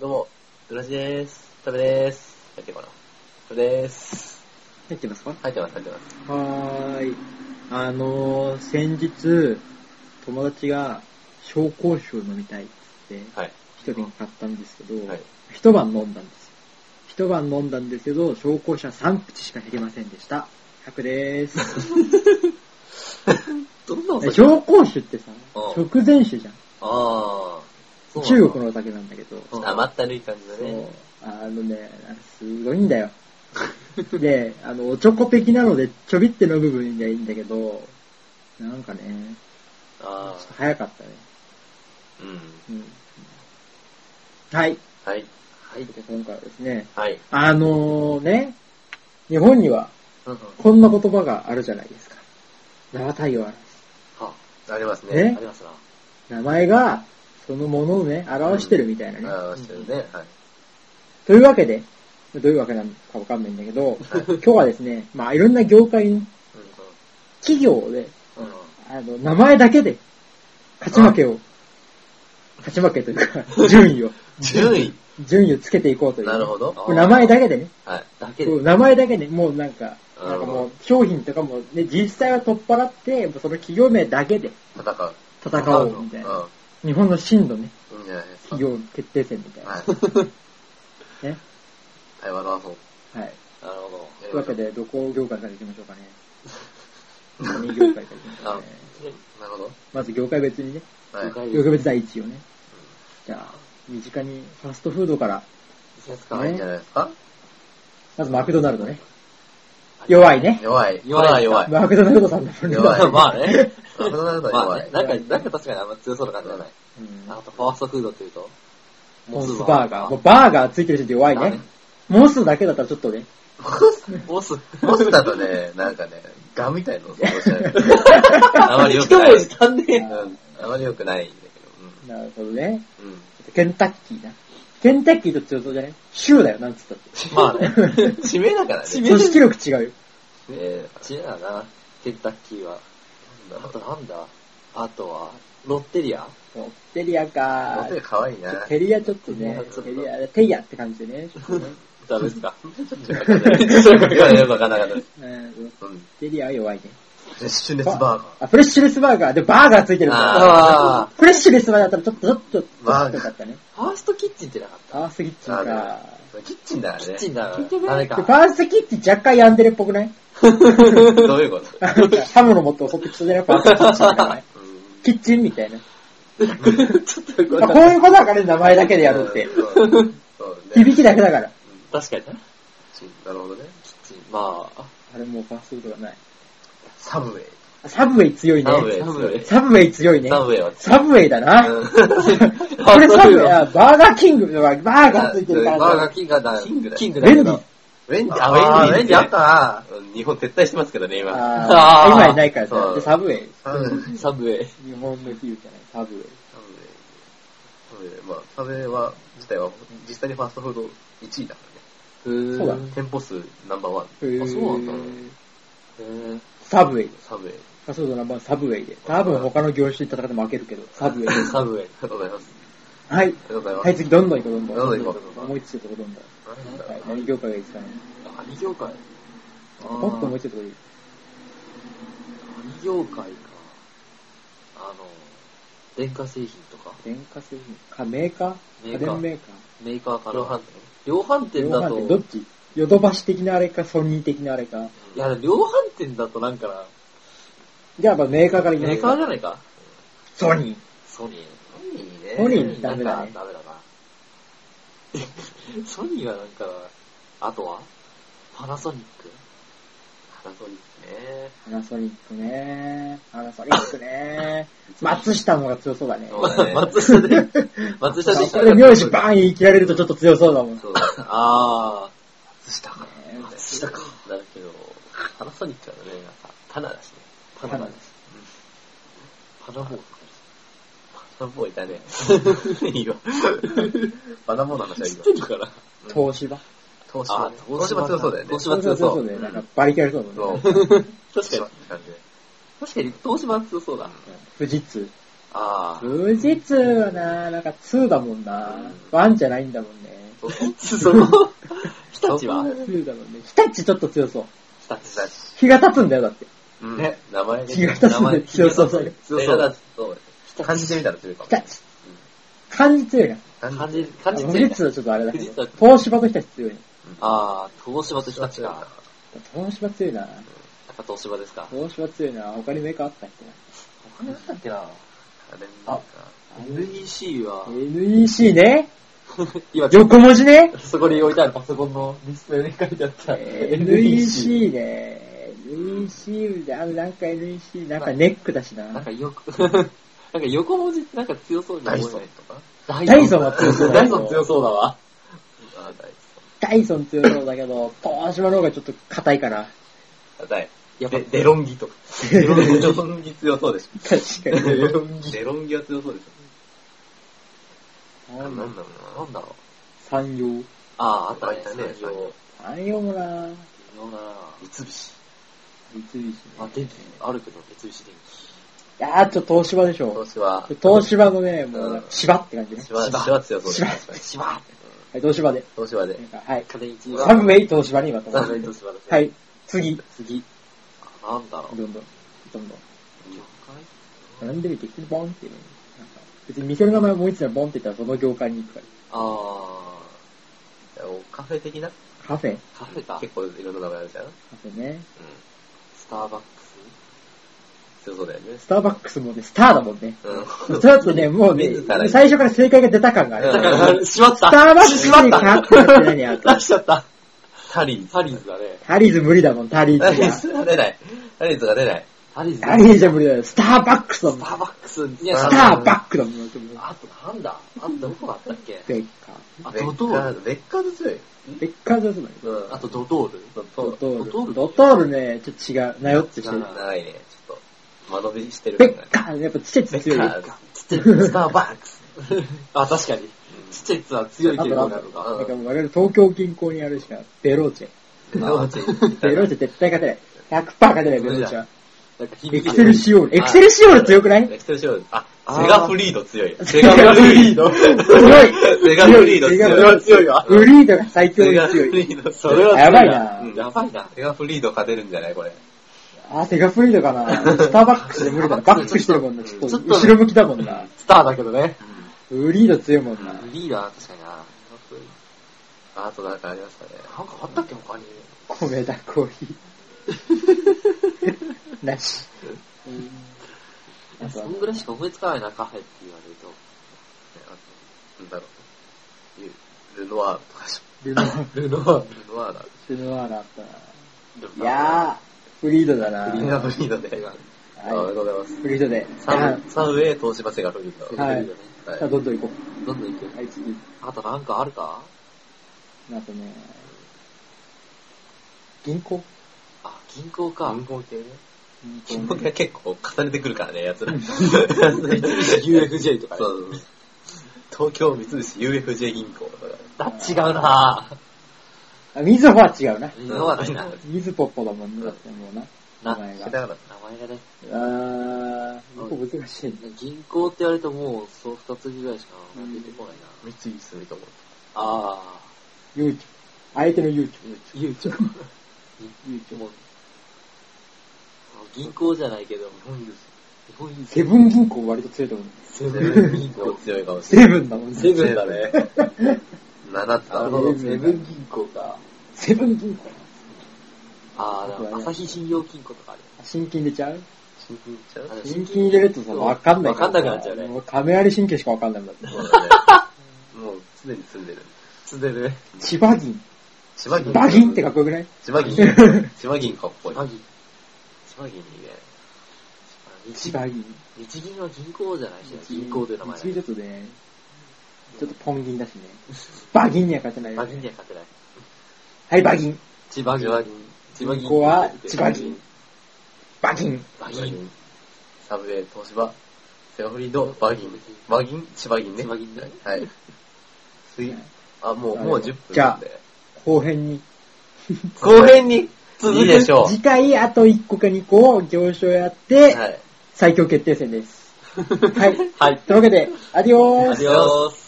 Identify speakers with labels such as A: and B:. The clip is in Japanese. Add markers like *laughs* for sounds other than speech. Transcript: A: どうも、ドラジです。タベです。入ってるかなタベです。
B: 入ってますか
A: 入ってます、入ってます。
B: はーい。あのー、先日、友達が紹興酒を飲みたいって言って、
A: はい。
B: 一人に買ったんですけど、
A: はい。
B: 一晩飲んだんですよ。一晩飲んだんですけど、紹興酒は3口しか減りませんでした。100でー *laughs* す。
A: どんな
B: え紹興酒ってさ
A: うん、
B: 食前酒じゃん。
A: ああ。
B: 中国のお酒なんだけど、
A: の。甘ったるい感じだ
B: そう
A: ね。、
B: あのね、すごいんだよ。 *laughs* で、あの、おちょこ的なので、ちょびっての部分がいいんだけど、なんかね、ちょ
A: あ
B: っと早かったね。
A: あ。うん。
B: うん。はい。
A: はい。
B: はい。で、今回はですね、
A: はい。
B: あのね、日本には
A: うん
B: こんな言葉があるじゃないですか。生太陽嵐。
A: はあります
B: え
A: ね。ありますな。
B: 名前が、そのものをね、表してるみたいなね。
A: ああ、してるね。はい。
B: というわけで、どういうわけなのかわかんないんだけ
A: *laughs*
B: ど、今日はですね、まあいろんな業界の企業で、
A: うんうん。
B: あの、名前だけで、勝ち負けを、勝ち負けという
A: *laughs*
B: か、順位を、
A: 順位
B: 順位をつけていこうという。
A: なるほど。
B: 名前だ
A: け
B: けでね。
A: はい。だけで。
B: そう名前だけで、もうなんか、
A: な
B: な
A: る
B: んか
A: ほど
B: もう、商品とかも、ね、実際は取っ払って、もうその企業名だけで
A: 戦う。
B: 戦おうみたいな。日本の真のね、
A: うん。いいんじゃないですか。
B: 企業決定戦みたいな。
A: は。
B: はいい。ね。
A: 対話の争う。
B: はい。
A: なるほど。
B: というわけで、どこ業界から行きましょうかね。何業界から行きまし
A: あ
B: ょうか
A: の
B: ね。
A: なるほど。
B: まず業界別にね。
A: はい。
C: はい
B: 業界別第1位をね。じゃあ、身近にファストフードから、
A: いいですかいいんじゃないですか
B: まずマクドナルドね。弱いね。
A: 弱い。
C: 弱い
A: これは弱い。
B: マクドナルドさんだもんね。
A: 弱い。
C: *laughs* まあね。
A: マクドナルドは
C: まあ
A: 弱
C: ね
A: い。。
C: なんか、なんか確かにあんま強そうな感じじゃない。
B: *laughs* うん
C: あと、ファーストフードっていうと、
B: モスバーガー。もうバーガーついてる人弱い
C: だ
B: ね
C: ね。
B: モスだけだったらちょっとね。
C: モス。
A: モスだとね、なんかね、ガみたいなのを想像しちゃうあまり良く
C: 一
A: ない。
C: 文字足んねえ。
A: うんあまり良くないんだ
B: なるほどね。
A: けど。うん。うん。
B: ケンタッキーな。ケンタッキーと強そうじゃない州だよ、なんつったって。
C: まあね。
A: 地名だからね。
C: 地名
B: 組織力違うよ。
A: え
C: 違うな。ケンタッキーは。あとなんだあとは、ロッテリア
B: ロッテリア
A: ー、
B: か
A: モスが可愛いな。
B: テリアちょっとね、テリア、テイヤって感じでね。ちょっとね
C: ダメですか
A: 今ね、よくわかんなかったです。
B: うんロッ
A: うん。
B: テリアは弱いね。
A: フレッシュネスバーガー。
B: あ、フレッシュレスバーガー。で、バーガーついてるから。
C: あ
B: フレッシュレスバーガーだったらちょっと、ちょっと、ちょ
A: バーガ
B: っ
A: ー
B: とよかったね。
C: ー。ファーストキッチンってなかっ
B: あースギッチンか。
A: キッチンだから
C: たキッ
A: ね。
C: チンだな。
A: ン
C: 誰
B: で
C: か
B: フ。ァーストキッチン若干ヤンデレっぽくない
A: どういうこと
B: なんか *laughs* ハムの元を襲ってきそうじゃないファーストキッチンみたいなね。
A: うん
B: キッチンみたいな。
C: ちょっとよくわ
B: まあ
C: かん
B: こう
C: ない
B: いうことだからね、名前だけでやろうって。
A: そうそうね。
B: 響きだけだから。
C: 確かにな。キッ
A: キッチンなるほどね。
C: チン。まあ、
B: あれもうファーストフードがない。
A: サブウェイ。
B: サブウェイ強いね
A: サ。ブウェイ。
C: サブウェイ
B: サブウェイ強いね。
A: サブウェイは
B: サブウェイだな。
C: あ
B: これサブウ
C: そう
B: ェイ、あバーガーキングのバーガーついてるから
A: バーガ
B: さ
A: ーキングはだ
C: キングだ
A: キング
C: ー
A: だ
C: ガー
B: レ
C: キング
B: ンディ。
A: ウェンディ、
C: あ
A: あ、
C: ー
A: ウェンディあったな。日本撤退してますけどね、今。
B: あー
C: あー
B: 今いないから
A: そう
B: さ。でサブウェイ。
A: サブウェイ。
C: サブウェイ。
B: 日本の比喩じゃない、サブウェイ。
A: サブウェイ。まあ、サブウェイは、自体は、実際にファーストフード1位だか
C: そう
B: だ
A: らね。店舗数ナンバーワン。
B: へー
C: あそうなんだ
B: サブウェイ。
A: サブウェイ。
B: ファストフードのナンバーワンサブウェイで。多分他の業種で戦って負けるけど、サブウェイ。
C: サブウェイ
A: あ。りがとうございます。
B: はい。
A: ありがとうご
B: は
A: ざい
B: い、
A: ます。
B: 次どんどん行こう、どんどん。
A: どんどん行こ
B: 思いついたとこどんどん。
A: なんだ
B: はい、何業界がいいですかね。
C: 何業界
B: もっと思いついたとこいい。
C: 何業界か。あの、電化製品とか、
B: 電化製品か、メーカー
C: メ
B: 家
C: ーカー
B: 電メーカー。
C: メーカーか
A: 量販
C: な。量販店だと、
B: 量販店どっちヨドバシ的なあれか、ソニー的なあれか。
C: いや、量販店だとなんかな、
B: じゃあ、まあメーカーからいきま
C: メ
B: す
C: ーカーじゃないか。
B: ソニー。
C: ソニー。
B: ソニー
C: なんか
B: ダメだね
C: ダメだな。 *laughs* ソニーはなんか、あとはパナソニック
A: パナソニックね。
B: パナソニックねパナソニックね松下の方が強そうだね。
A: そうだね
C: *laughs* 松下で、
B: *laughs*
C: 松下で
B: これ名字バーン言い切られるとちょっと強そうだもん。
A: そう。
C: あ
A: 松下か。
B: ね
A: 松下か。
C: ー、だけど、パナソニックはね、なんか、パナだしね。
B: パナです。
C: パナボー
A: パナボーイだね。いいよ。パナボーの話はいい
C: 知
A: よ
C: って。るかな
B: 東芝。
A: 東
C: 芝
A: 芝。東芝強そうだよね。
C: 東芝強そう
B: だよね。なんかバリキャルそうだ
A: そ
B: もん
A: う
B: ね。。
C: 確かに、
A: って感じで。
C: 確かに、東芝は強そうだ。
B: 富士通。
C: あああ。
B: 富士通はな、なんか2だもんな。1じゃないんだもんね。
A: そうそう。
C: そこ、日立は日
B: 2だもんね。日立ちょっと強そう。
C: 立
A: だ
C: だ
A: し
C: し。
B: 日が経つんだよ、だって。
A: うん
C: ね
A: 名前で。
B: 日が経つ
A: 名
B: んだ
A: 前
B: よ。強そうだよ。
C: 強
A: そ
C: そうう
A: だと、感じてみたら強いかも
B: 日。立。漢字強いな。
C: 感
A: 感
C: じ
A: じ、
C: 感じ
B: 富
C: 強いね
B: 士通はちょっとあれだけ
C: 富士通
B: ど
C: は。
B: 東芝と日立強いな。
C: ああ、東芝と日立
A: 強い
C: か
A: な。
B: 東芝強いな。
C: やっぱ東芝ですか。
B: 東芝強いな。他にメーカーあったっけな。
C: 他なんだっけな。
A: あれなんか、
C: NEC は、
B: NEC ね。
C: 今、
B: 横文字ね。
C: そこに置いてあるパソコンのディスプレイに書いてあった。
B: NEC ね。NEC で、あの、なんか NEC、なんかネックだし
C: なん
B: な。
C: かよく、 *laughs* なんか横文字ってなんか強そうに
A: ダイ
C: 思
A: ソ
C: え
A: ンとか
C: ない。
B: ダイソンは強そうだ
C: ダ
B: よ
C: イソン強そうだわ。
A: あ、ダイ
B: ダイソン強そうだけど、東芝の方がちょっと硬いかな。
A: ソン。あ、ダイ。
C: やっぱ
A: デ、デロンギとか。デロンギ強そうでし
B: 確か
A: ょ。
B: に。
A: ロンギ。デロンギは強そうでしょ。なんだろ
C: な
A: うん
C: だろう。
B: 山陽。
C: ああ、あったね、西洋
A: あったね。
B: 山陽も
C: 微妙だ
B: な
C: な
A: な。三菱。
B: 三菱ね。
C: まあ、電気、あるけど、別石電
B: いやー、ちょっと東芝でし
A: 今
B: ょ。
A: 年は、
B: 東芝のね、もう、芝って感じね。
A: 芝、芝強そうでしょ。
C: 気。しま
B: はい、東芝で。
A: 東芝で
B: なん。かはい。
C: 風一
B: サブウ
C: は、
B: ェイ東芝に今と思
C: サ
B: っ
C: ブウェイ
B: て
C: としまですね
B: は。い、次。
C: 次。なんだろ
B: ど。
C: うん
B: どん、どんど
C: 業
B: ん。
C: 界
B: なんでもいいって、普通にボンってね。なんか別に店の名前思いついたらボンって言ったらその業界に行くから。
C: あ
A: カフェ的な
B: カフェ
C: ー、カフェか。
A: 結構いろんな名前あるじゃん。うん。
B: カフェね。
C: スターバック
A: 強そうだよね。
B: スターバックスもね、スターだもんね。
A: う
B: それだとね、もうね
A: 自ら、
B: 最初から正解が出た感がある。
A: うん *laughs*
C: スしまっ
B: ス
C: た
B: ターバックス
C: しま
B: に
C: っ
B: 買
C: た
B: った *laughs* って何やった
C: 出しちゃった
A: タリー。
C: タリーズだね。
B: タリーズ無理だもん、タリー
A: タ
B: ズ
A: リー
B: が。
A: ズが出ない。タリーズが出ない。
C: タリーズだ
B: タ
C: ね
B: リーズじゃ無理だよ。スターバックスだもん。
C: ス
B: ス
C: タ
B: タ
C: ーバックスに、い
A: ス
B: ーバックだもん。
C: あとなんだあとどこがあったっけ
B: ベッカ
C: あ、
A: レ
C: ドト
A: ッ
C: ー
A: カ
C: ル。
A: ー、レッカーズ強い。
B: ー。ベッカーじゃすまい。
A: うん
C: あと、ドトール。
A: ド
B: ド
A: トー
C: ド
B: トー
A: ル。
C: トー
B: ル。
C: ル
B: ドトールね、ちょっと違う。なよってしてる。
A: 長いね。ちょっと、間延びしてる
B: ベ
A: 感が
B: ッ。カー、やっぱちっちゃいやつ強い。
A: ベ
B: あ
A: ッカー
C: ちっちゃい、スターバック
A: *laughs*
C: ス。あ、確かに。ちっちゃいやつは強い
B: と
C: 傾
B: な
C: 向
B: ん
C: があ
B: だ
C: るの
B: ろう。な
C: か。
B: んかもう我々東京近郊にあるしな、ベローチェ。
A: ベローチェ。
B: ベローチェ絶対勝てない。100%勝てない、ベローチェは。
C: なんか
B: エ
C: 響き
B: クセル
C: で。
B: シオール。エクセルシオール強くない
A: エクセルシオールあ、
C: あー
A: セガフリード強い。セ
B: ガフリ
A: ード。
B: 強い
A: セガフリード
B: セガ
A: 強い。
C: 強いわ。
B: フリードが最強
A: セ
B: に
A: ガフ
B: 強い。
A: リード。
C: それは強
B: や
C: い
B: ばいな
C: うんやばいな。
A: セガフリード勝てるんじゃないこれ。
B: あ、セガフリードかな。スターバックスで無理だ *laughs* な。バックしてるもんな。ちょっ
C: ち
B: と
C: ょっと
B: 後ろ向きだもんな。
C: スターだけどね。
B: フリード強いもんな。
C: リーダー、確かにな。なんか
A: あとなんかありましたね。
C: あったっけ他に。
B: 米田コーヒ *laughs* ー。なし。あと
C: そ
B: は
C: んぐらいしか思いつかないな、カフェって言われると。
A: あと、なんだろう。ルルノワールとかでし
B: ルノア、
C: ルノワー
A: ょ。ルノワールだ。
B: ルノアールあったな。
C: ル
B: いやー、フリードだな。
A: みん
B: は
A: なフリードで。ありがとうございます。
B: い。フリードで。
A: サ
B: あ
A: ン、サンウェイ、東芝、セガフリード。
B: はい
C: ルノワールだね
B: さあ、どんどん行こ
C: どんどん行く
B: う。。はい、次。
C: あとなんかあるか
B: あとね、銀行
C: あ、銀行か。
A: 銀行系ね。
B: 銀
A: 銀行系は結構重ねてくるからね、奴ら。
C: UFJ とかね
A: そ。うそう。東京三菱 UFJ 銀行とか。
C: あ、違うなぁ。
B: あ、みずほは違うな。
C: ルノワールだな。
B: みずぽっぽだもんね、だってもうな。名
C: な、
B: 前
A: だ
B: が。
A: から、
C: 名前がね。
B: あー、結構難しいね。
C: 銀行って言われるともう、そう二つぐらいしか出てこないな。
A: 三井住友。
C: あ
B: ゆうちょ。相手のゆうち
C: ー、ゆうちょ。
B: ょ。ゆう
C: で
B: ちょ。
C: も、銀行じゃないけど、日本郵政。
B: セブン銀行割と強いと思う。
C: セ
A: セ
C: ブ *laughs*
A: ブ
C: ン
A: ン
C: 銀
A: 銀行
C: 行。
A: 強いかもしれな
B: セ
A: い。
B: ブンだもんね。
C: セブンだ
A: ね。7つ
C: な
A: だ
C: る
A: ね。
C: ほど、セブン銀行か。
B: セブン銀行。
C: あー、でも朝日信用金庫とかある。
B: 新金入れちゃう
A: 新品ちゃう
C: あの
B: 新金入れるとさ、わかんない
C: わかんなくなっちゃうね。
B: も亀有神経しかわかんないもんだって。
A: そうだね。もう、常に住んでる。
C: つでる。
B: 千葉銀。
A: 千葉銀。
B: バ銀ってかっこよくない
A: 千葉銀。千葉銀かっこいい。
C: マギ。
A: 千葉銀いいね。
B: 千葉銀。
C: 日銀は銀行じゃないし、銀行という名前
B: 一ちょっとね、ちょっとポン銀だしね。バ銀には勝てないよ
C: バ
B: ね
C: ギンには勝てない。
B: はい、バ銀。
C: 千葉銀。
A: 千葉銀。
C: 千葉銀。
B: ここは千葉銀。バ銀。
C: バ
A: 千葉
C: ギン。
A: 銀。サブウェイ、東芝、セガフリード、バギン。バギン千葉銀ね。
C: 千葉銀ね
A: はい。次。あ、もう、もう10分
B: じゃ
A: な
B: あ
A: んで。
B: 後編に。
A: 後編に続くいいでしょ
B: 次回、あと1個か2個を行商やっ
A: う。
B: て、
A: はい。
B: 最強決定戦です。
C: はい。
B: はい。
C: というわけで、アディオース
B: アディオース。